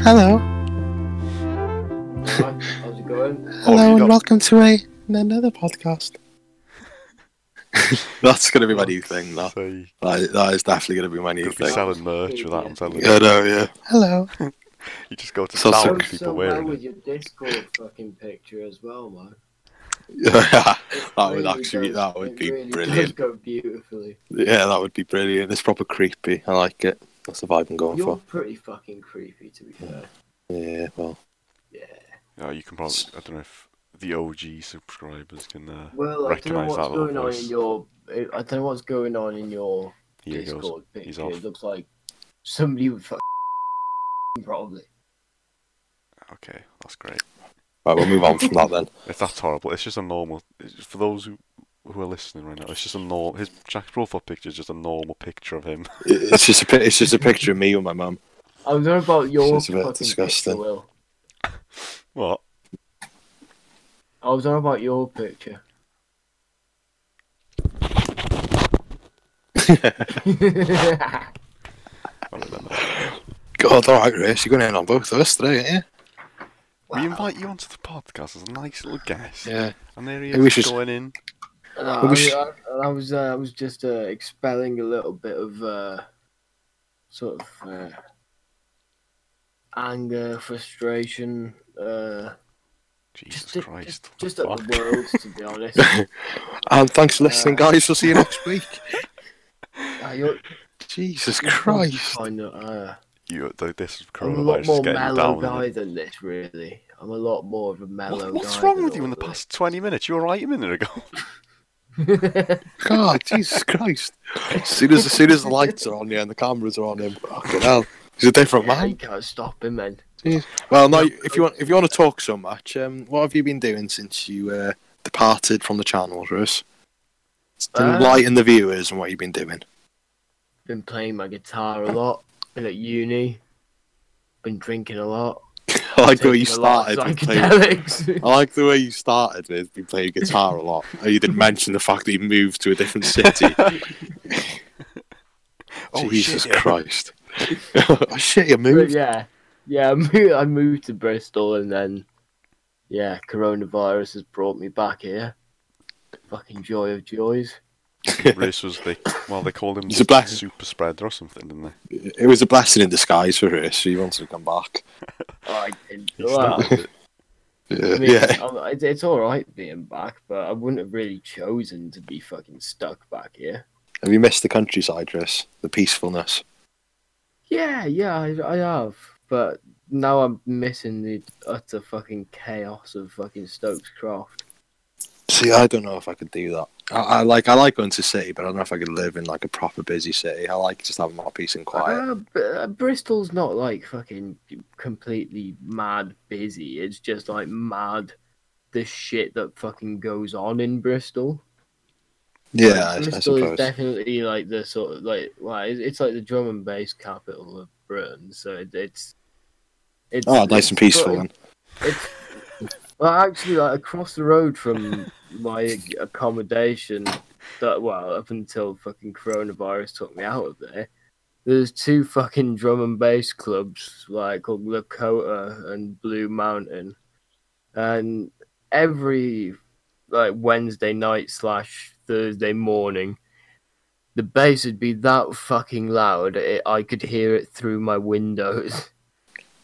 Hello, Hi, how's it going? hello, you and got- welcome to a another podcast. That's going to be my new thing. That, So you that, is, that is definitely going to be my new could be thing. selling merch with that, I'm telling Yeah, you. no, yeah. Hello, You just go to So town sick. and Goes people so well wearing it. with your Discord fucking picture as well, man. yeah, It That would really actually- does- that would it be really Does brilliant. go beautifully. that would be brilliant. It's proper creepy. I like it. That's the vibe I'm going You're for. pretty fucking creepy, to be fair. Yeah, well, Yeah. Yeah, Oh, you can probably, I don't know if the OG subscribers can uh, Well, I don't know Recognise what's that little going on voice. in your. I don't know what's going on in your here it goes. Discord He's picture. off. It looks like somebody would fuck probably. Okay, that's great. right, we'll move on from that then. If that's horrible, it's just a normal. it's- For those who who are listening right now, it's just a normal. His Jack's profile picture is just a normal picture of him. It- It's just a pi- it's just a picture of me with my mum. I don't know about your It's a bit fucking disgusting. picture, Will. What? I was on about your picture. I don't know. God, all right, Grace, you're going in on both of us today, aren't We invite you onto the podcast as a nice little guest, you? Yeah. and there he Maybe we is should- going in. And I, Well, we I- sh- I, I was uh, I was just uh, expelling a little bit of uh, sort of uh, anger, frustration, uh, Jesus just, at- Christ! just just at Fuck. the world, to be honest. And thanks for listening, guys. We'll see you next week. Uh, you're, Jesus you're Christ. kind of, uh, You, th- this I'm a lot coronavirus is more getting mellow you down. isn't guy it? than this, really. I'm a lot more of a mellow What, what's guy wrong than with you in all the of past twenty minutes? You were right a minute ago. this. God, Jesus Christ. As soon as, as soon as the lights are on you and the cameras are on him, fucking hell. He's a different Yeah, man. you can't stop him, man. Jeez. Well, no. If you want, if you want to talk so much, um, what have you been doing since you uh, departed from the channel, Russ? Uh, Enlighten the viewers on what you've been doing. Been playing my guitar a lot. Been at uni. Been drinking a lot. I like the way you taking a lot started. of With playing, psychedelics. I like the way you started with you playing guitar a lot. Oh, You didn't mention the fact that you moved to a different city. Oh, Jesus shit, yeah. Christ! oh shit, you But moved. yeah, yeah. I moved, I moved to Bristol, and then yeah, coronavirus has brought me back here. Fucking joy of joys. Race was the well, they called him He's a black- super spreader or something, didn't they? It was a blessing in disguise for Russ. He wanted to come back. I didn't. He Well, started it. Yeah, I mean, yeah. I'm- it's, it's all right being back, but I wouldn't have really chosen to be fucking stuck back here. Have you missed the countryside, Russ? The peacefulness. Yeah, yeah, I, I have. But now I'm missing the utter fucking chaos of fucking Stokes Croft. See, I don't know if I could do that. I, I like I like going to city, but I don't know if I could live in like a proper busy city. I like just having my peace and quiet. Uh, B- uh, Bristol's not like fucking completely mad busy. It's just like mad the shit that fucking goes on in Bristol. yeah, I, I Bristol is suppose. definitely like the sort of like well, it's, it's like the drum and bass capital of Britain. So it, it's it's oh, nice and it's- peaceful. Then. It's, well, actually, like across the road from my accommodation, that well, up until fucking coronavirus took me out of there, there's two fucking drum and bass clubs, like called Lakota and Blue Mountain, and every like Wednesday night slash Thursday morning. The bass would be that fucking loud, it, I could hear it through my windows.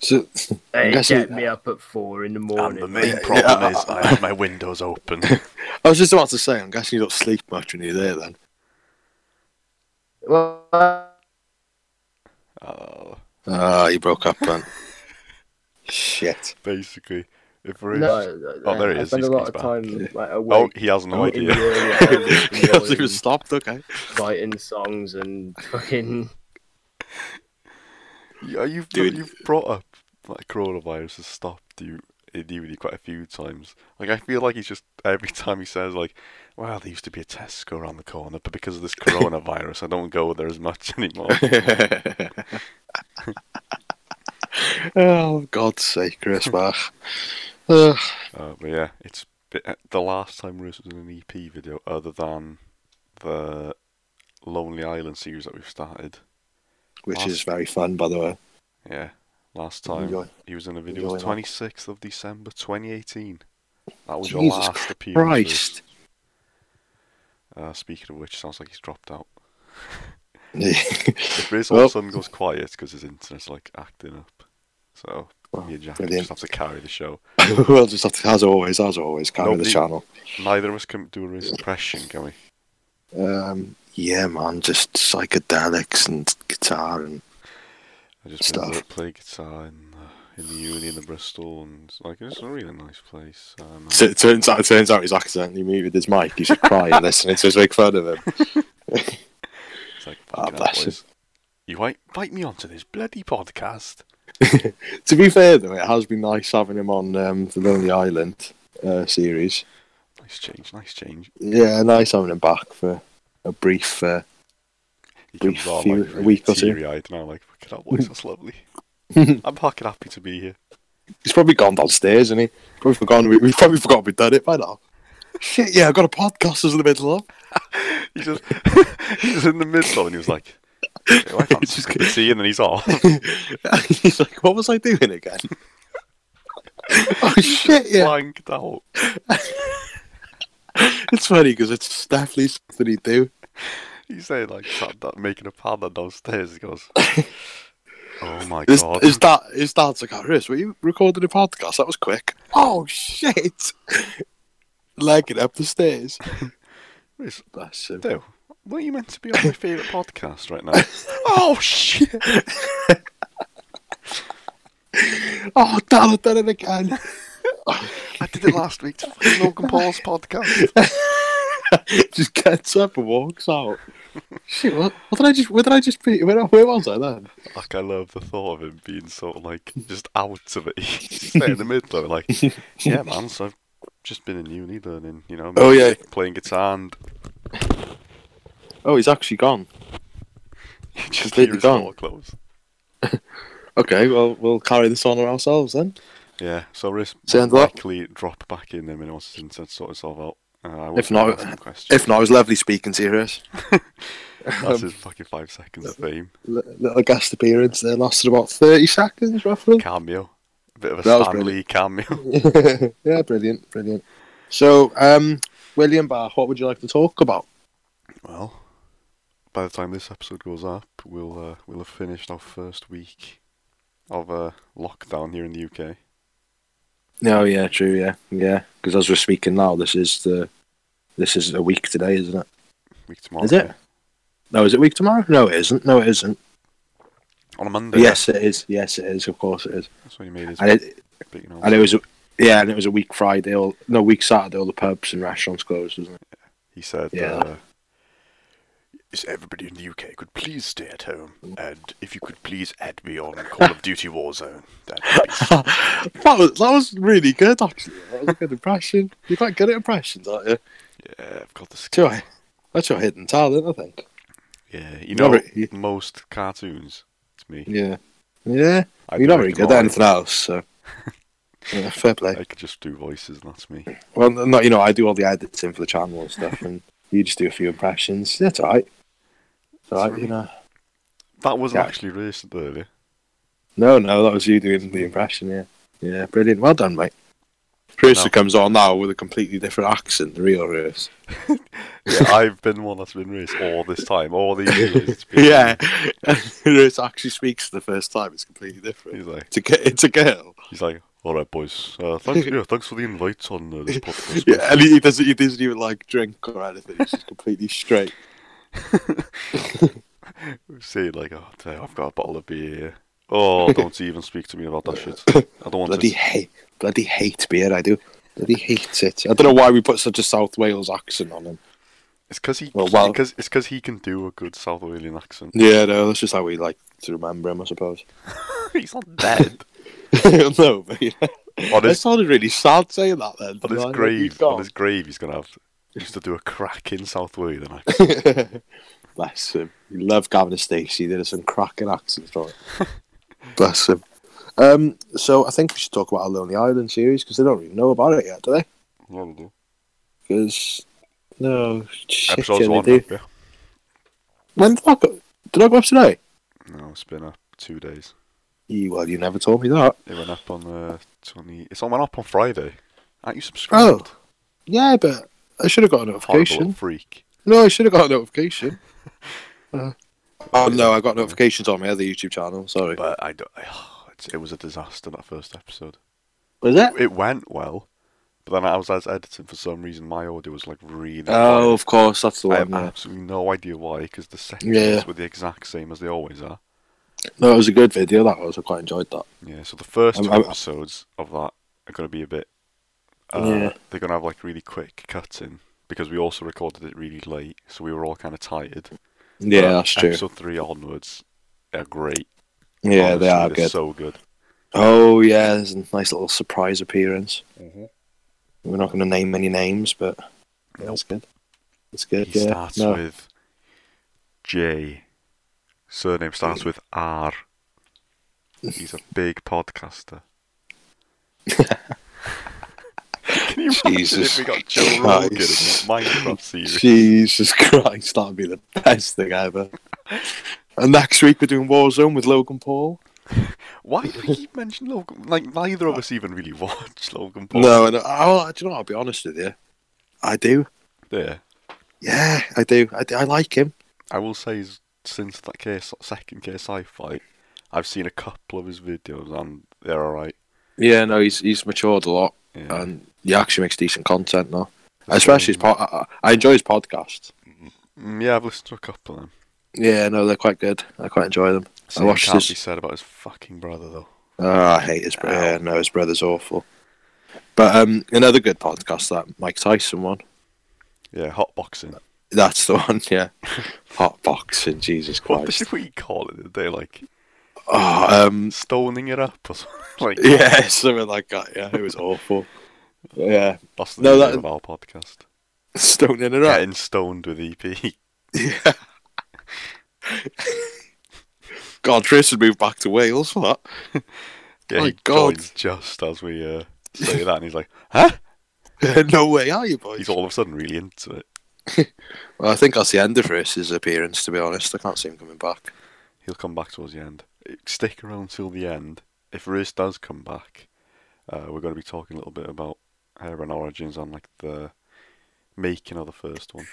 So, I'm It guessing- get me up at four in the And morning. the main Yeah, problem yeah. is I had my windows open. I was just about to say, I'm guessing you don't sleep much when you're there. Then Well, I Oh, ah, you broke up, man. Shit. basically, if Race, no, Oh, there he I is, spend a he's- lot he's of back. time like oh, awake. he has no in the idea. early hours of the I was morning, even stopped. Okay. writing songs and fucking. Yeah, you've Dude. you've brought up like coronavirus has stopped you in you with you quite a few times. Like I feel like he's just every time he says like, "Well, there used to be a Tesco around the corner, but because of this coronavirus, I don't go there as much anymore." oh God's sake, Chris Bach. Ugh. Uh, but yeah, it's bit, the last time Russ was in an EP video, E other than the Lonely Island series that we've started. which Awesome. is very fun, by the way. Yeah, last time Enjoy. he was in a video Enjoy was that. 26th of December 2018. That was your Jesus last appearance. Christ. Uh, speaking of which, sounds like he's dropped out. Yeah. If his Well- son goes quiet because his internet's like acting up, so Well, me and Jack brilliant. just have to carry the show. we'll just have to, as always, as always, carry Nobody- the channel. Neither of us can do a race impression, can we? Um, yeah, man, just psychedelics and guitar and I just remember Stuff. play guitar in, uh, in the union in Bristol, and like it's a really nice place. Um, So it turns out, it turns out he's accidentally muted his mic. He's just crying, listening to us make fun of him. it's like, Ah, fucking hell, bless him. boys. You might invite me onto this bloody podcast. To be fair, though, it has been nice having him on um, the Lonely Island uh, series. Nice change, nice change. Yeah, nice having him back for a brief. Uh, He Brief comes on few- like a really week or two. teary-eyed, and I'm like, fucking hell, boys, that's lovely. I'm fucking happy to be here. he's probably gone downstairs, isn't he? Probably forgotten. We, we've probably forgotten we'd done it by now. Shit, yeah, I've got a podcast in the middle of. He just he was in the middle, and he was like, "Okay, well, I fancy Just a cup of tea," and then he's off. he's like, what was I doing again? oh, shit, yeah. blanked out. It's funny because it's definitely something he'd do. He's saying like sat down, making a pattern downstairs. He goes, "Oh my His, god!" his, dad, his dad's like, oh, Chris, were you recording a podcast? That was quick. Oh, shit. Legging up the stairs. Chris, Bless him. Dude, weren't you meant to be on my favourite podcast right now? oh shit! Oh, Dad, I've done it again. I did it last week to fucking Logan Paul's podcast. just gets up and walks out. Shit, what, what did I just, where did I just be? Where, where was I then? Like I love the thought of him being sort of like just out of it. He's there in the middle of it, like, yeah, man. So I've just been in uni learning, you know. Oh, yeah. playing guitar and Oh, he's actually gone. just Completely hear his gone. door close. Okay, well, we'll carry this on ourselves then. Yeah, so Riz Sounds like- likely drop back in a minute once it's to sort itself out. Uh, I will If not- ask him a question. If not, it was lovely speaking to you, Chris. That's his fucking five seconds of fame. L- little guest appearance there lasted about 30 seconds, roughly. Cameo. A bit of a That was Stan brilliant. Lee cameo. yeah, brilliant, brilliant. So, um, William Bach, what would you like to talk about? Well, by the time this episode goes up, we'll uh, we'll have finished our first week of uh, lockdown here in the UK. No, yeah, true, yeah, yeah. Because as we're speaking now, this is the this is a week today, isn't it? Week tomorrow. Is it? yeah. No, is it week tomorrow? No, it isn't. No, it isn't. On a Monday. Yes, it is. Yes, it is. Of course, it is. That's when he made his And it big and it announcement. was a, yeah, and it was a week Friday or no week Saturday. All the pubs and restaurants closed, wasn't it? He said, Yeah. uh, "Is everybody in the UK could please stay at home, and if you could please add me on Call of Duty Warzone, that'd be that was that was really good. Actually, that was a good impression. You're quite good at impressions, aren't you? Yeah, I've got the That's your, skill. that's your hidden talent, I think. Yeah, you know Robert, you- most cartoons. It's me. Yeah, yeah. I You're do not very Rick good and at Morty. anything else, so yeah, fair play. I could just do voices, and that's me. Well, no, you know, I do all the editing for the channel and stuff, and you just do a few impressions. That's all right. It's all right, you know. That was Yeah. actually racist earlier. No, no, that was you doing the impression. Yeah, yeah, brilliant. Well done, mate. Rooster No. comes on now with a completely different accent. The real Roos. Yeah, I've been one that's been racist all this time, all these years. it's been- Yeah, Roos actually speaks for the first time. It's completely different. He's like, It's a, gi- it's a girl. he's like, all right, boys. Uh, thanks, yeah, thanks for the invite on uh, this podcast. Yeah, and he, he doesn't. He doesn't even like drink or anything. He's just completely straight. Say like, oh, today I've got a bottle of beer. here. Oh, don't even speak to me about that shit. I don't want Bloody to. hate, bloody hate beer. I do. Bloody hate it. I don't know why we put such a South Wales accent on him. It's because he, Well, well- cause, it's 'cause he can do a good South Wales accent. Yeah, no, that's just how we like to remember him, I suppose. he's not dead. no, but yeah. on That his sounded really sad saying that then. on his Like, he's grave, gone. on his grave, he's gonna have used to do a crack in South Wales. And I, Bless him. He loved Gavin and Stacey. There are some cracking accents for it. Bless him. Um, so I think we should talk about our Lonely Island series because they don't really know about it yet, do they? Well, Because No shit. Episodes yeah, they one. do. Yeah. When did I go? Did I go up today? No, it's been up two days. You, well, you never told me that. It went up on uh, twenty. It's on went up on Friday. Aren't you subscribed? Oh, Yeah, but I should have got a Horrible notification. freak. No, I should have got a notification. Uh, oh no, I got notifications on my other YouTube channel. Sorry. But I don't. it's, it was a disaster that first episode. Was it? It went well, but then I was as editing for some reason. My audio was like really. Oh, of course, that's the I one. have yeah. absolutely no idea why, because the sections Yeah. were the exact same as they always are. No, it was a good video. That was. I quite enjoyed that. Yeah, so the first I'm- two I'm- episodes of that are going to be a bit. Uh, Yeah. They're going to have like really quick cuts in because we also recorded it really late, so we were all kind of tired. Yeah, But that's true. Episode three onwards are great. Yeah, Honestly, they are they're good. So good. Oh yeah, there's a nice little surprise appearance. Mhm. We're not going to name any names, but that's good. That's good. He yeah. starts No. with J. Surname starts with R. He's a big podcaster. Can you imagine if Jesus we got Joe Rogan in Christ. that Minecraft series? Jesus Christ, that'd be the best thing ever. and next week we're doing Warzone with Logan Paul. Why do we keep mentioning Logan? Like neither of us even really watch Logan Paul. No, and I, I, do you know? what, I'll be honest with you. I do. Yeah, Yeah, I do. I, do- I like him. I will say is since that case second KSI fight, I've seen a couple of his videos and they're alright. Yeah, no, he's he's matured a lot, Yeah. and he actually makes decent content now. Especially his pod. I, I I enjoy his podcasts. Mm, yeah, I've listened to a couple of them. Yeah, no, they're quite good. I quite enjoy them. Same watched can't his- be said about his fucking brother though. Oh, I hate his brother. Yeah, no, his brother's awful. But um, another good podcast that Mike Tyson one. Yeah, hot boxing. That's the one. Yeah, hot boxing. Jesus What Christ. should we call it today? Like Oh, um, stoning it up or something. Like yeah, something like that. Yeah, it was awful. Yeah, that's the No, name that- of our podcast. stoning it up. Getting stoned with E EP. Yeah. God, Trace would move back to Wales for that. Yeah, My he God. joins just as we uh, say that, and he's like, "Huh?" Yeah, no way, are you boys? He's all of a sudden really into it. Well, I think that's the end of Trace's appearance. To be honest, I can't see him coming back. He'll come back towards the end. Stick around till the end. If Riz does come back, uh, we're going to be talking a little bit about hair and origins and like the making of the first one.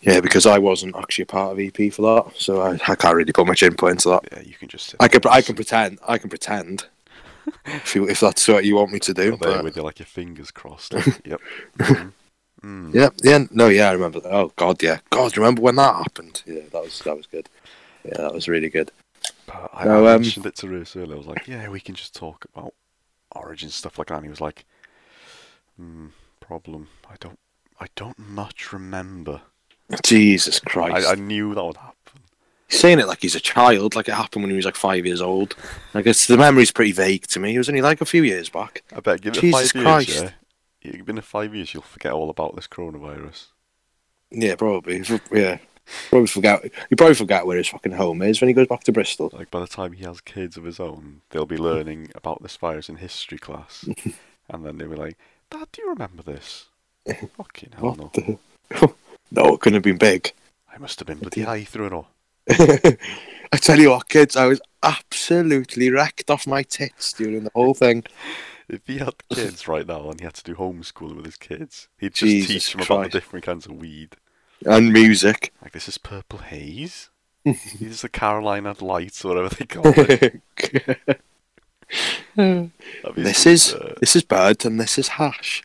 Yeah, because I wasn't actually a part of EP for that, so I, I can't really put much input into that. Yeah, you can just sit. I can there I and sit can pretend I can pretend if you, if that's what you want me to there do. But, with your, like your fingers crossed. like, yep. Mm. Mm. yeah, yeah, no, yeah, I remember. That. Oh God, yeah, God, remember when that happened? Yeah, that was that was good. Yeah, that was really good. But I, So, I um, mentioned it to Ruth earlier. I was like, yeah, we can just talk about origin stuff like that. And he was like, mm, problem. I don't, I don't much remember. Jesus I, Christ! I knew that would happen. He's saying it like he's a child, like it happened when he was like five years old. Like it's, the memory's pretty vague to me. It was only like a few years back. I bet give it Jesus five Christ. years. Yeah, you've been in five years, you'll forget all about this coronavirus. Yeah, probably. Yeah, probably forgot. He probably forgot where his fucking home is when he goes back to Bristol. Like by the time he has kids of his own, they'll be learning about this virus in history class, and then they'll be like, "Dad, do you remember this?" Fucking hell, no! What the? no, it couldn't have been big. I must have been bloody high through it all. I tell you what, kids, I was absolutely wrecked off my tits during the whole thing. If he had kids right now and he had to do homeschooling with his kids, he'd just Jesus teach them about Christ. the different kinds of weed. And music. Like this is purple haze. These are the Carolina lights or whatever they call it. this That'd be is uh, this is bird and this is hash.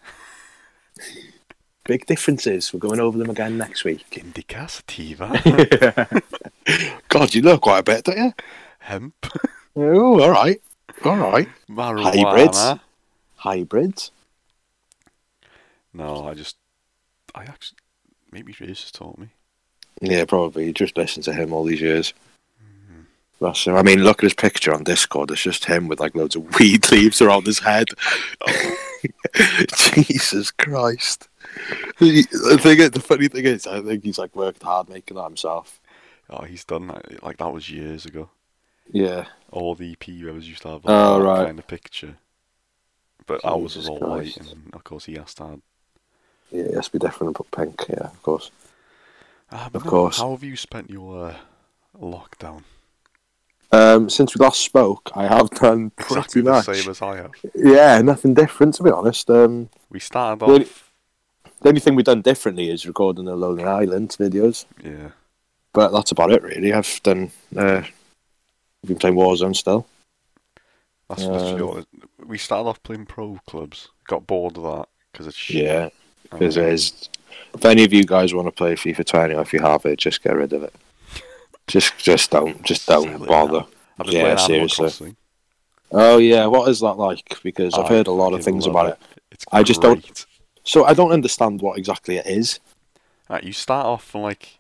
Big differences. We're going over them again next week. indica sativa, God, you look quite a bit, don't you? hemp, Oh, all right, all right. marijuana. Hybrids. No, I just, I actually, maybe Rich just taught me. Yeah, probably. You just listen to him all these years. That's him. I mean, look at his picture on Discord. It's just him with like loads of weed leaves around his head. Jesus Christ. The, the thing, the funny thing is, I think he's like worked hard making that himself. Oh, he's done that. Like that was years ago. Yeah. All the E EP members used to have like, Oh, that right. kind of picture, but ours was Jesus all white, Christ. and of course he has to add Yeah, it has to be different and put pink. Yeah, of course. Ah, but Of no, course. How have you spent your uh, lockdown? Um, since we last spoke, I have done pretty Exactly the much. same as I have. Yeah, nothing different to be honest. Um, We started Well, off. the only thing we've done differently is recording the Lonely Island videos, Yeah. but that's about it really. I've done. Uh, I've been playing Warzone still. That's, that's Um, your, we started off playing pro clubs. Got bored of that because it's shit. Yeah, and because then- If any of you guys want to play FIFA 20, or if you have it, just get rid of it. Just, just don't, just Sell don't it bother. now. I've been yeah, playing Animal seriously. Crossing. Oh yeah, what is that like? Because I've I heard a lot of fucking things love about it. It's I just don't- great. So I don't understand what exactly it is. Right, you start off on like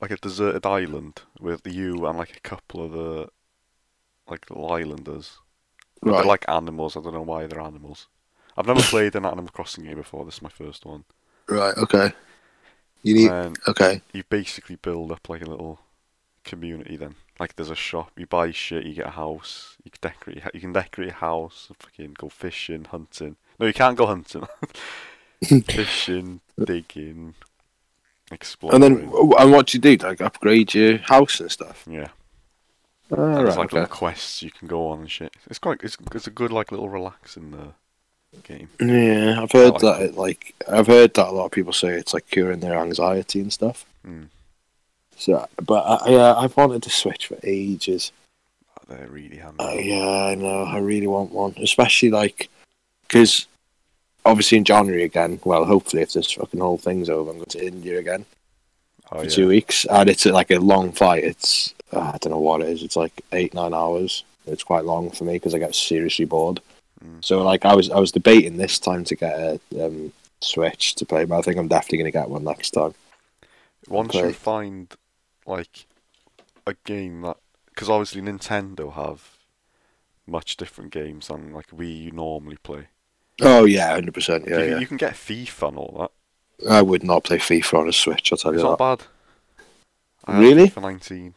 like a deserted island with you and like a couple of the like little islanders. But They're like animals. I don't know why they're animals. I've never played an Animal Crossing game before. This is my first one. right, okay. You And okay. you basically build up like a little community. Then, like, there's a shop. You buy shit. You get a house. You can decorate. You can decorate a house. And fucking go fishing, hunting. No, you can't go hunting. fishing, digging, exploring. And then, and what do you do? Like upgrade your house and stuff. yeah. Oh, And right, there's Uh, like okay. little quests you can go on and shit. It's quite it's it's a good like little relaxing uh, game. Yeah, I've I heard like that. It, like I've heard that a lot of people say it's like curing their anxiety and stuff. Mm. So, but I, yeah, I've wanted to switch for ages. They're really handy. Uh, yeah, I know. I really want one, especially like because obviously in January again. Well, hopefully, if this fucking whole thing's over, I'm going to India again. oh, for yeah. two weeks, and it's uh, like a long flight. It's uh, I don't know what it is. It's like eight nine hours. It's quite long for me because I get seriously bored. Mm. So like I was I was debating this time to get a um, Switch to play, but I think I'm definitely going to get one next time. Once you Okay. find like a game that because obviously Nintendo have much different games than like we normally play. Oh yeah, hundred percent. you, Yeah, can- yeah. you can get FIFA and all that. I would not play FIFA on a Switch. I'll tell you It's that. not bad. I had Really? FIFA 19.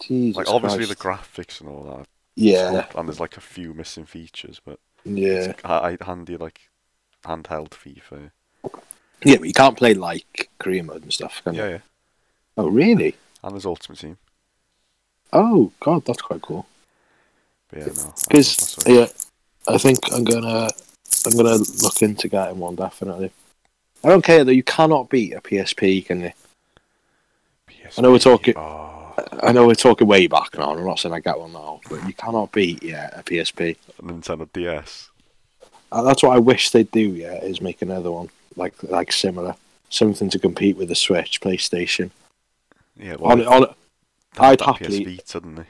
Jesus Like obviously Christ. the graphics and all that. it's yeah, good, and there's like a few missing features, but yeah, it's I, I handy like handheld FIFA. yeah. But you can't play like career mode and stuff. Can you? Yeah, yeah. Oh really? And there's Ultimate Team. Oh god, that's quite cool. But yeah, no. I Because don't know, yeah, I think I'm gonna I'm gonna look into getting one definitely. I don't care though. You cannot beat a PSP, can you? sorry. I know we're talking- Oh, I know we're talking way back now. and I'm not saying I get one now, but you cannot beat yeah a PSP. Nintendo DS. And Uh, that's what I wish they'd do. Yeah, is make another one like like similar, something to compete with the Switch, PlayStation. Yeah, well, On, on, they had I'd that happily- PS Vita, didn't they?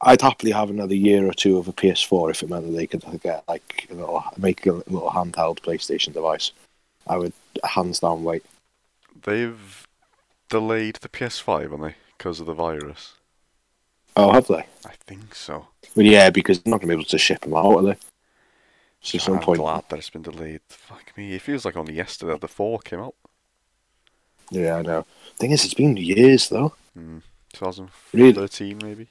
I'd happily have another year or two of a PS4 if it meant that they could get like a little, make a little handheld PlayStation device. I would hands down wait. They've delayed the PS5, haven't they? Because of the virus. Oh, have they? I think so. Well, yeah, because they're not going to be able to ship them out, are they? So there's no I'm point. glad that it's been delayed. Fuck me. It feels like only yesterday that the 4 came out. Yeah, I know. Thing is, it's been years though. Mm, 2013, Really? maybe?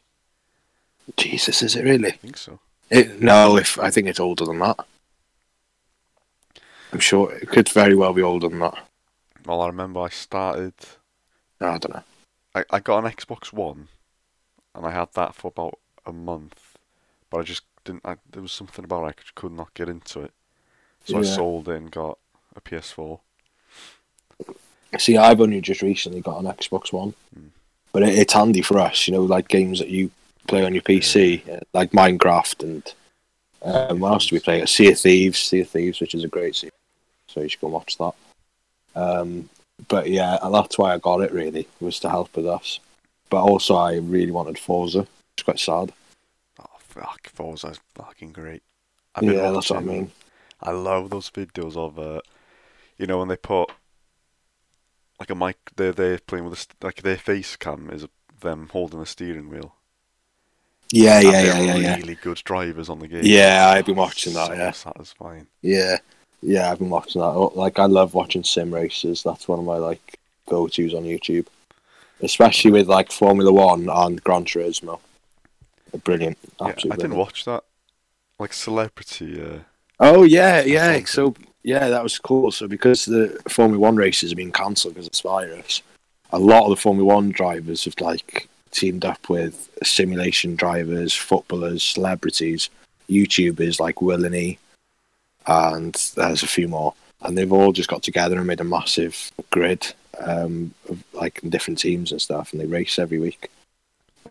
Jesus, is it really? I think so. It, no, if I think it's older than that. I'm sure it could very well be older than that. Well, I remember I started. I don't know. I, I got an Xbox One, and I had that for about a month, but I just didn't. I, there was something about it, I could, could not get into it, so I Yeah. sold it and got a PS4. See, I've only just recently got an Xbox One, Mm. but it, it's handy for us, you know, like games that you play on your PC, uh, like Minecraft and um, what else do we play? Sea of Thieves, Sea of Thieves, which is a great series, so you should go and watch that. Um, but yeah, and that's why I got it really was to help with us, but also I really wanted Forza. It's quite sad. Oh fuck, Forza's fucking great. I've been Yeah, that's what I watching- mean. I love those videos of, uh, you know, when they put like a mic. They're they're playing with a, st- like their face cam is them holding a steering wheel. Yeah, And yeah, they're yeah, yeah, yeah. Really good drivers on the game. Yeah, I've been watching that. So Yeah. satisfying. Yeah, yeah, I've been watching that. Oh, Like, I love watching sim races. That's one of my like go tos on YouTube, especially with like Formula One and Gran Turismo. They're Brilliant, Yeah, I absolutely. didn't watch that. Like celebrity. Uh, oh yeah, yeah. F1 So yeah, that was cool. So because the Formula One races have been cancelled because of this virus, a lot of the Formula One drivers have like teamed up with simulation drivers, footballers, celebrities, YouTubers like Will and E, and there's a few more, and they've all just got together and made a massive grid, um, of, like different teams and stuff, and they race every week.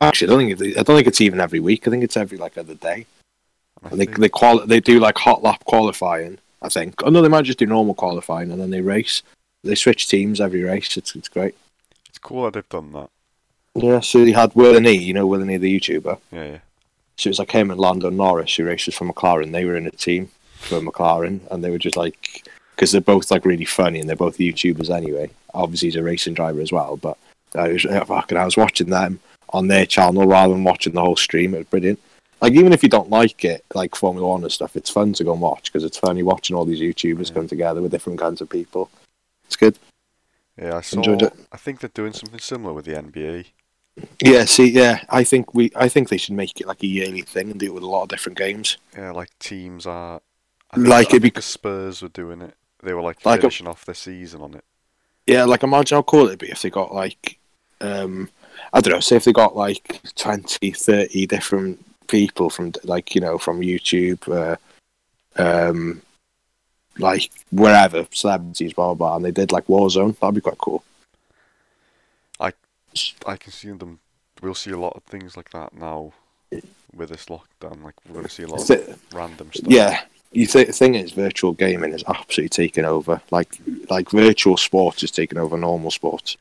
Actually, I don't think it- I don't think it's even every week. I think it's every like other day. I And they think- they quali- they do like hot lap qualifying, I think. Oh no, they might just do normal qualifying and then they race. They switch teams every race. It's it's great. it's cool that they've done that. Yeah. So you had Will and E, you know Will and E, the YouTuber. Yeah, yeah. So it was like him and Lando Norris, who races for McLaren. They were in a team for McLaren, and they were just like because they're both like really funny and they're both YouTubers anyway. Obviously, he's a racing driver as well, but I was uh, fucking I was watching them on their channel rather than watching the whole stream. It was brilliant. Like even if you don't like it, like Formula One and stuff, it's fun to go and watch because it's funny watching all these YouTubers Yeah. come together with different kinds of people. It's good. Yeah, I saw. Enjoyed it. I think they're doing something similar with the NBA. Yeah. See. Yeah. I think we. I think they should make it like a yearly thing and do it with a lot of different games. Yeah, like teams are. I think, Like I it'd be- think the Spurs were doing it. They were like, Like a- finishing off their season on it. Yeah, like imagine how cool it'd be if they got like, um, I don't know, say if they got like 20, 30 different people from like, you know, from YouTube, uh, um, like wherever, celebrities, blah, blah, blah, and they did like Warzone. That'd be quite cool. I can see them. We'll see a lot of things like that now with this lockdown. Like we're going to see a lot of Th- random stuff. yeah. You th- the thing is, virtual gaming is absolutely taking over. Like, like virtual sports is taking over normal sports.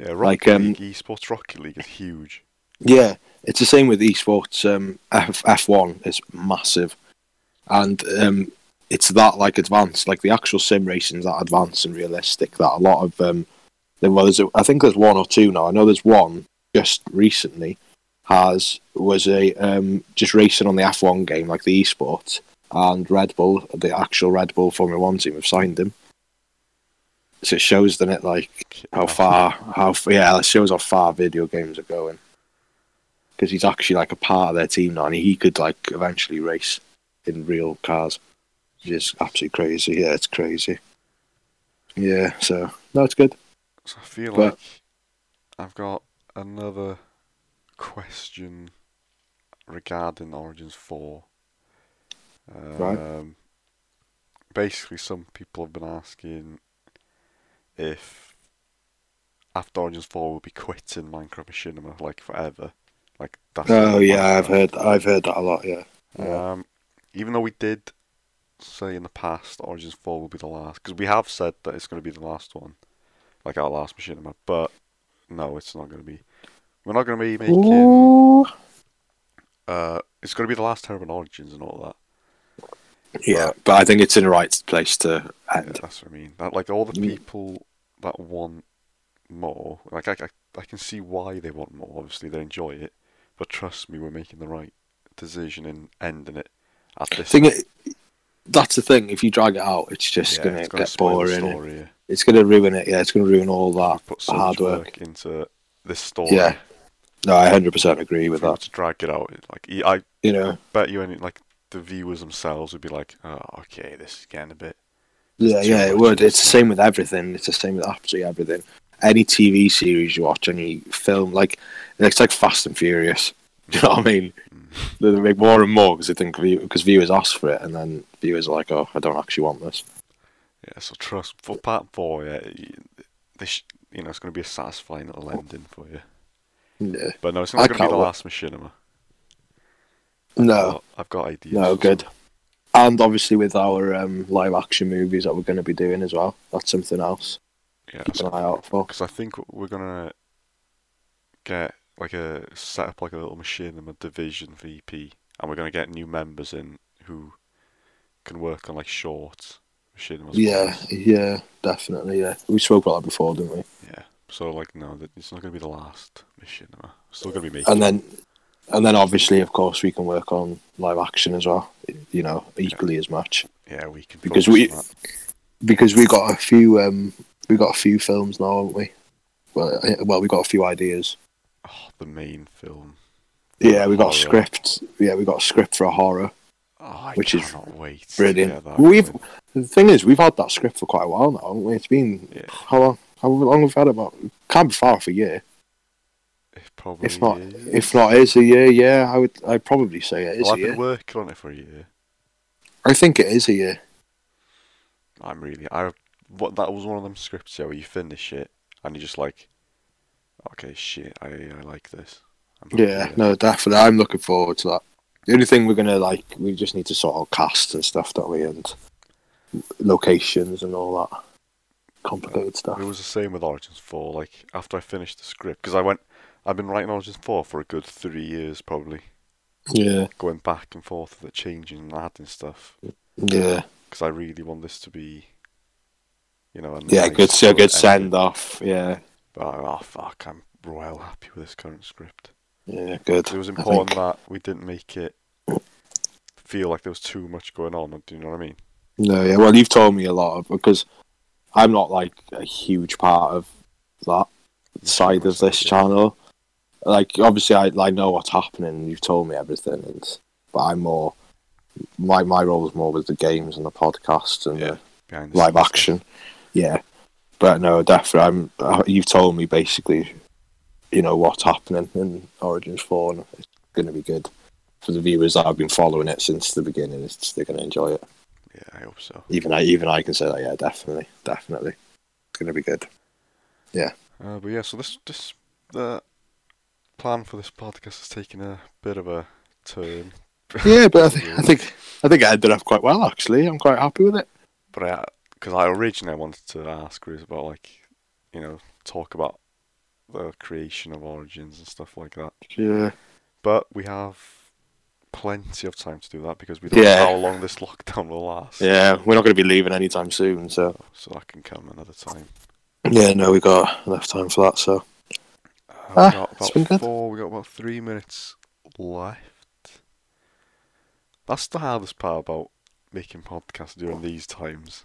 yeah. Rocket like, um, League, esports Rocket League is huge. Yeah, it's the same with esports. Um, F F one is massive, and um, it's that like advanced. Like the actual sim racing is that advanced and realistic. That a lot of um, there well, there's a, I think there's one or two now. I know there's one just recently has was a um, just racing on the F one game like the esports and Red Bull, the actual Red Bull Formula One team have signed him. So it shows, then it like how far how f- yeah it shows how far video games are going because he's actually like a part of their team now and he could like eventually race in real cars which is absolutely crazy yeah it's crazy yeah so no it's good So I feel But- like I've got another question regarding Origins 4. Um, Right. Basically, some people have been asking if after Origins 4 we'll be quitting Minecraft Machinima like forever. Like that's oh it, yeah Minecraft. i've heard i've heard that a lot yeah Yeah. Um, even though we did say in the past Origins 4 will be the last, because we have said that it's going to be the last one, like our last machinima, but no, it's not going to be. We're not going to be making. Ooh. Uh, it's going to be the last Terran Origins and all that. yeah but i think it's in the right place to Yeah, end that's what I mean. That like all the Mm. people that want more, like I, I, I can see why they want more. Obviously, they enjoy it, but trust me, we're making the right decision in ending it at this. thing it, that's the thing if you drag it out it's just Yeah, gonna it's get spoil the boring story, yeah. it's gonna ruin it yeah it's gonna ruin all that I've put so hard much work. work into this story. Yeah, no i 100% agree with if I were that to drag it out, it- like I you know bet you any like the viewers themselves would be like, oh, okay, this is getting a bit. Yeah, too yeah, it much would. of It's the stuff. same with everything. It's the same with absolutely everything. Any TV series you watch, any film, like it's like Fast and Furious. Do you know what I mean? They make more and more because they think because viewers ask for it, and then viewers are like, "Oh, I don't actually want this." Yeah, so trust for part four. Yeah, y- this you know it's going to be a satisfying little ending for you. Yeah. But no, it's I not going to be can't the wa- last machinima. No, But I've got ideas. no, for good. some. And obviously with our um, live action movies that we're going to be doing as well, that's something else. Yeah, Keep an eye out for. because I think we're gonna get like a set up like a little machinima division VP, and we're gonna get new members in who can work on like short machinimas. Yeah, yeah, definitely. Yeah, we spoke about that before, didn't we? Yeah. So like no, that it's not gonna be the last machinima. It's still gonna be me. and then and then obviously of course we can work on live action as well you know equally as much Yeah, we can. Because focus on we- that. because we got a few um we got a few films now haven't we well I- well we got a few ideas Oh, the main film. yeah we got a Horror. script yeah we got a script for a horror Oh, I Which is cannot wait. to Brilliant. get that we've going. the thing is we've had that script for quite a while now, haven't we? It's been Yeah. how long? How long have we had it about? Can't be far off a year. It probably If not, is. if not, it's a year. Yeah, I would. I'd probably say it is well, a I've year. been working on it for a year. I think it is a year. I'm really. I what that was one of them scripts yeah, where you finish it and you're just like, okay, shit, I I like this. I'm happy Yeah, with it." no, definitely. I'm looking forward to that. The only thing we're gonna like, we just need to sort out cast and stuff, don't we? And locations and all that complicated stuff. It was the same with Origins Four. Like after I finished the script, because I went, I've been writing Origins Four for a good three years probably, Yeah, going back and forth with it, changing and adding stuff. Mm. yeah, Because I really want this to be, you know, a yeah. nice Good, so sort of good ending. send off. Yeah, But I- oh fuck, I'm well happy with this current script. yeah, good. It was I think. important that we didn't make it feel like there was too much going on. Do you know what I mean? No, yeah. Well, you've told me a lot of, because I'm not like a huge part of that side of this channel. Like, obviously, I I know what's happening. and You've told me everything, and but I'm more my my role is more with the games and the podcasts and Yeah, the Behind the live scenes action. Yeah, but no, definitely. I'm. uh, You've told me basically, you know what's happening in Origins Four, and it's going to be good for the viewers that have been following it since the beginning. It's, they're going to enjoy it. stuff. Yeah, I hope so. Even I, even I can say that. Yeah, definitely, definitely, it's gonna be good. Uh, but yeah, so this this the plan for this podcast has taken a bit of a turn. Yeah, but I, think I think I think I ended up quite well actually. I'm quite happly with it. But because I, originally I wanted to ask Ruth about like, you know, talk about the creation of origins and stuff like that. Yeah, But we have plenty of time to do that because we don't Yeah. know how long this lockdown will last. yeah. We're not gonna be leaving anytime soon, so So that can come another time. yeah. No, we got enough time for that. So Uh, Ah, we got it's been about good. four. We got about three minutes left. That's the hardest part about making podcasts during these times.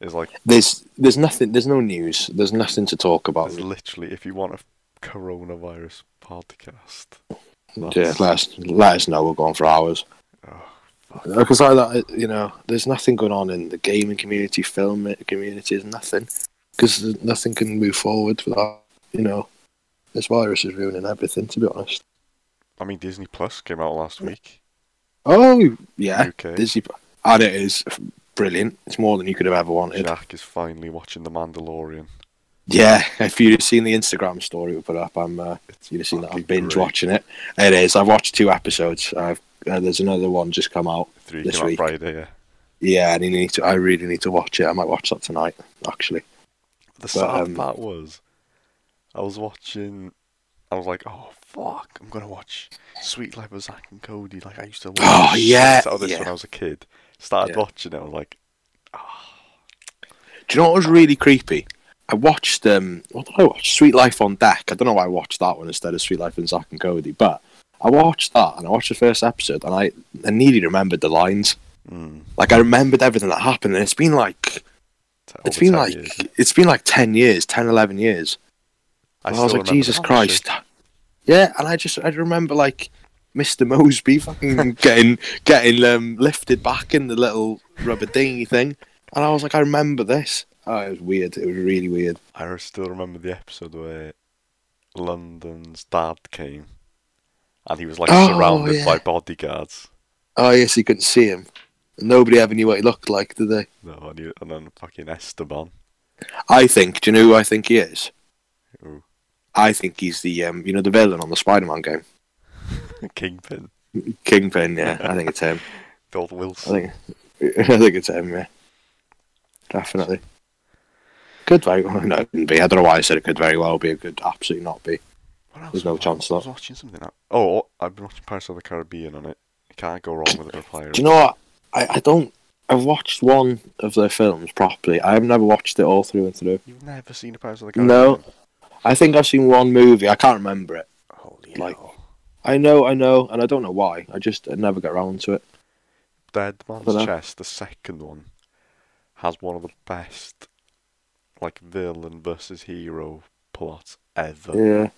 Is like there's there's nothing. There's no news. There's nothing to talk about. there's literally if you want a coronavirus podcast. Yeah, let us let us know. We're going for hours Oh, fuck. because like that. You know, there's nothing going on in the gaming community, film community. There's nothing because nothing can move forward without you know. This virus is ruining everything. To be honest. I mean, Disney Plus came out last week. Oh yeah, UK. Disney, and it is brilliant. It's more than you could have ever wanted. Yeah, Jack is finally watching The Mandalorian. if you'd have seen the Instagram story we put up, I'm uh, It's you'd have seen that fucking I'm binge great. watching it. It is. I've watched two episodes. I've uh, there's another one just come out. Three this came week. out Friday. Yeah. Yeah, and you need to. I really need to watch it. I might watch that tonight. Actually, The sad um, part was, I was watching. I was like, "Oh fuck, I'm gonna watch Sweet Life of Zack and Cody." Like I used to watch Oh, shit yeah, out of this yeah. when I was a kid. Started Yeah. watching it. I was like, do you know what was really creepy? I watched um, what did I watch? Sweet Life on Deck. I don't know why I watched that one instead of Sweet Life and Zach and Cody, but I watched that and I watched the first episode and I, I nearly remembered the lines. mm, Like I remembered everything that happened, and it's been like t- it's over been 10 like years. it's been like ten years, 10, 11 years. And I, still was like, remember Jesus that Christ, shit. yeah. And I just I remember like Mr. Mosby fucking getting getting um, lifted back in the little rubber dingy thing, and I was like, I remember this. Oh, it was weird. It was really weird. I re- still remember the episode where London's dad came, and he was like Oh, surrounded yeah. by bodyguards. Oh yes, you couldn't see him. Nobody ever knew what he looked like, did they? No, and, he, and then fucking Esteban. I think. Do you know who I think he is? Who? I think he's the um, you know, the villain on the Spider-Man game, Kingpin, Kingpin. Yeah, I think it's him. Gold I Wilson. think I think it's him, yeah. Definitely. Could very well no, it couldn't be. I don't know why I said it could very well be. It could absolutely not be. What else There's no was I- chance of I was watching something. That, oh, I've been watching Pirates of the Caribbean on it. You can't go wrong with it. Papyrus. Do you know what? I, I don't. I've watched one of their films properly. I've never watched it all through and through. You've never seen a Pirates of the Caribbean? No. I think I've seen one movie. I can't remember it. Holy Like- hell. I know, I know, and I don't know why. I just I never get around to it. Dead dunno. Man's Chest, the second one, has one of the best, like, villain versus hero plots ever. Yeah.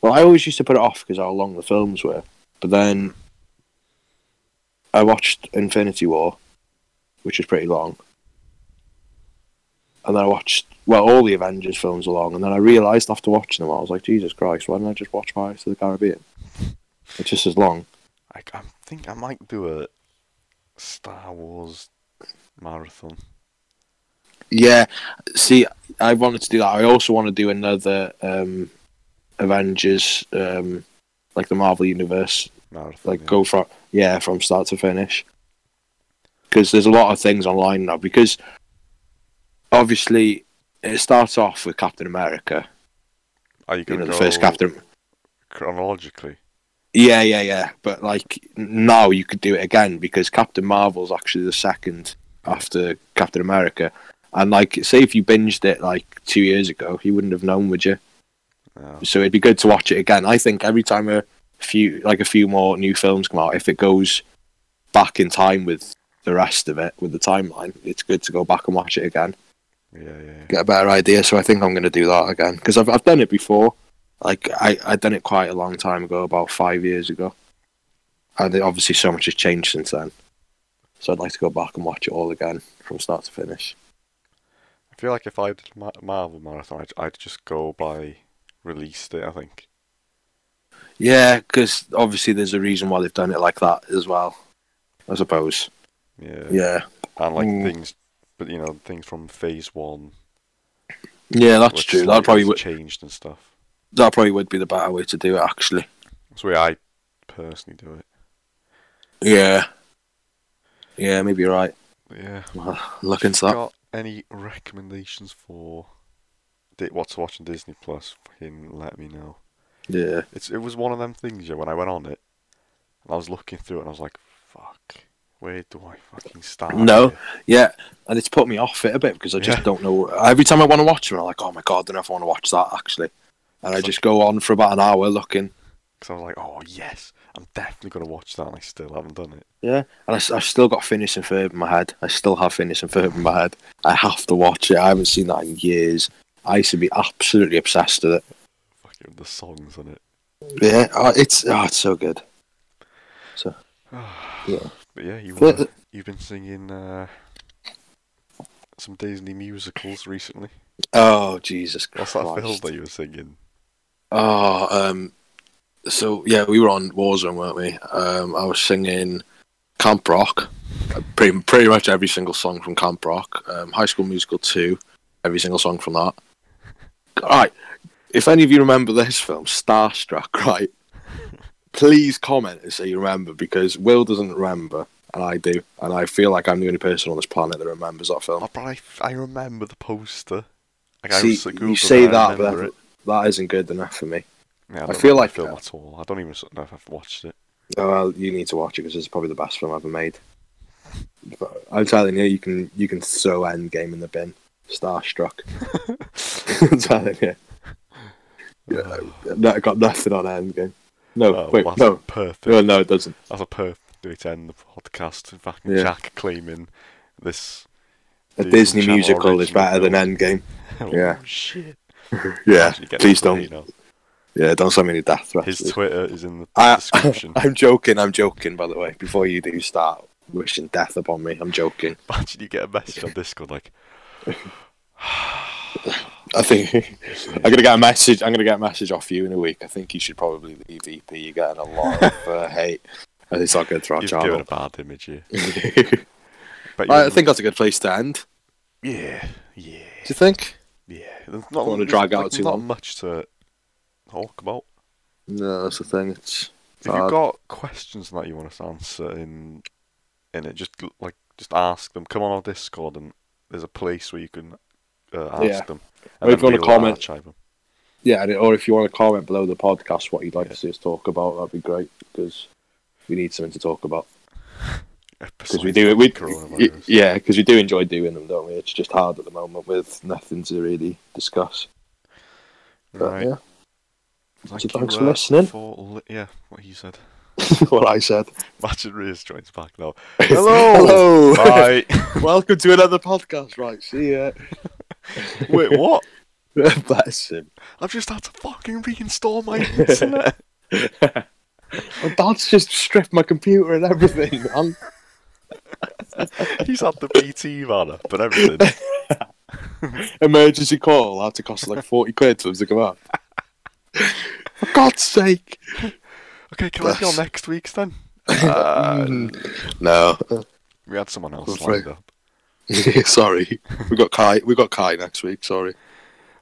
Well, I always used to put it off because how long the films were. But then I watched Infinity War, which is pretty long, and then I watched well all the Avengers films are long, and then I realised after watching them, I was like, Jesus Christ, why didn't I just watch Pirates of the Caribbean? It's just as long. I, I think I might do a Star Wars marathon. Yeah, see, I wanted to do that. I also want to do another um, Avengers, um, like the Marvel Universe, Marathon. like yeah. go from yeah from start to finish. Because there's a lot of things online now. Because obviously it starts off with Captain America, Are you you going know, to the first Captain. chronologically? Yeah, yeah, yeah. But like n- now you could do it again because Captain Marvel's actually the second after Captain America. And like, say if you binged it like two years ago, you wouldn't have known, would you? No. so it'd be good to watch it again. I think every time a few like a few more new films come out, if it goes back in time with the rest of it, with the timeline, it's good to go back and watch it again, Yeah, yeah, yeah. get a better idea. So I think I'm going to do that again because I've I've done it before. Like I I done it quite a long time ago, about five years ago, and it- obviously so much has changed since then. So I'd like to go back and watch it all again from start to finish. I feel like if I did Ma- Marvel marathon, I'd, I'd just go by release date. I think. Yeah, because obviously there's a reason why they've done it like that as well. I suppose. Yeah. Yeah. And like Mm. things, but you know things from phase one. Yeah, that's which true. slightly That probably has would, changed and stuff. that probably would be the better way to do it, actually. That's the way I personally do it. Yeah. Yeah, maybe you're right. But yeah. Well, Look into that. Got any recommendations for di- what to watch on Disney Plus? Fucking let me know. Yeah. It's it was one of them things. Yeah, when I went on it, and I was looking through it, and I was like, "Fuck, where do I fucking start?" No. here?" Yeah, and it's put me off it a bit because I just Yeah. don't know. Every time I want to watch them, I'm like, oh my god, I don't know if I want to watch that, actually. And I just go on for about an hour looking. 'Cause I was like, "Oh yes, I'm definitely gonna watch that," and I still haven't done it. Yeah. And I, have still got Phineas and Ferb in my head. I still have Phineas and Ferb in my head. I have to watch it. I haven't seen that in years. I used to be absolutely obsessed with it. Fucking the songs on it. Yeah, oh, it's, oh, it's so good. Yeah. But yeah, you Well, uh, you've been singing uh, some Disney musicals recently. Oh, Jesus What's Christ. that film that you were singing? Oh, um, so yeah, we were on Warzone, weren't we? Um, I was singing Camp Rock, uh, pretty pretty much every single song from Camp Rock. Um, High School Musical two, every single song from that. All right, if any of you remember this film, Starstruck, right? Please comment and say you remember because Will doesn't remember and I do, and I feel like I'm the only person on this planet that remembers that film. Oh, but I, f- I remember the poster. Like, See, was at Google you say and I that, but remember it. that isn't good enough for me. Yeah, I, I don't feel know the like, film uh, at all. I don't even s- know if I've watched it. Oh, well, you need to watch it because it's probably the best film ever made. But I'm telling you, you can you can throw Endgame in the bin. Starstruck. I'm telling you, yeah, no, I got nothing on Endgame. No, Oh, wait, well, that's no, perfect. no, no, it doesn't. That's a perfect way to end the podcast. In fact, Yeah. Jack claiming this. A Disney Disney Channel musical is original better than film. Endgame. Oh, Yeah. Shit. Yeah, You get please that, don't. you know. Yeah, don't send me any death His threats. Twitter is in the I, description. I'm joking. I'm joking. By the way, before you do start wishing death upon me, I'm joking. Imagine you get a message on Discord like, I think I'm gonna get a message. I'm gonna get a message off you in a week. I think you should probably leave EP. You're getting a lot of uh, hate. And it's not good for our "You've given channel. a bad image here." Right, But I you're- think that's a good place to end. yeah, yeah, Do you think? yeah. There's not, wanna there's, drag out like, too not long. much to talk about. No, that's the thing. It's If you've hard. got questions that you want us to answer in in it, just l- like just ask them. Come on our Discord, and there's a place where you can uh, ask Yeah. them. Or if you then wanna we'll comment. archive 'em. yeah, and- or if you want to comment below the podcast what you'd like to see us talk about, that'd be great because we need something to talk about. Because we do it. We y- coronavirus. yeah, because we do enjoy doing them, don't we? It's just hard at the moment with nothing to really discuss. But right. yeah, Thank So thanks you, for uh, listening. for li- yeah, what you said. what I said. Imagine Riz joins back now. Hello. Bye. Welcome to another podcast. Right, see ya. Wait, what? Bless him. I've just had to fucking reinstall my internet. My dad's just stripped my computer and everything. man. He's had the BT banner, but everything. Emergency call had to cost like 40 quid for them to come out. For God's sake! Okay, can I go Bless. next week's then? Uh, No, we had someone else That's lined right. up. sorry. We got Kai. We got Kai next week. Sorry.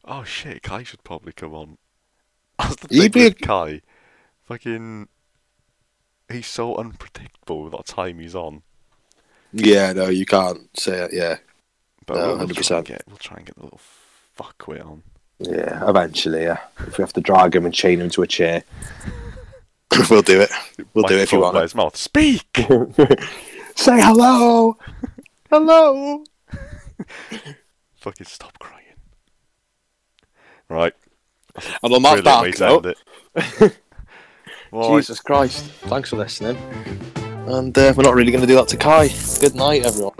Oh shit, Kai should probably come on. That's the thing He'd be with a- Kai. Fucking, he's so unpredictable with what time he's on. Yeah, no, you can't say it. Yeah, But No, we'll, we'll try 100%. and get we'll try and get the little fuckwit on. yeah. Eventually, yeah. If we have to drag him and chain him to a chair, we'll do it. We'll do it if you Microphone want by it. his mouth. Speak. Say hello. hello. Fucking stop crying. Right. And on that brilliant way to dark note, end it. Right, Jesus Christ. Thanks for listening. And uh, we're not really going to do that to Kai. Good night, everyone.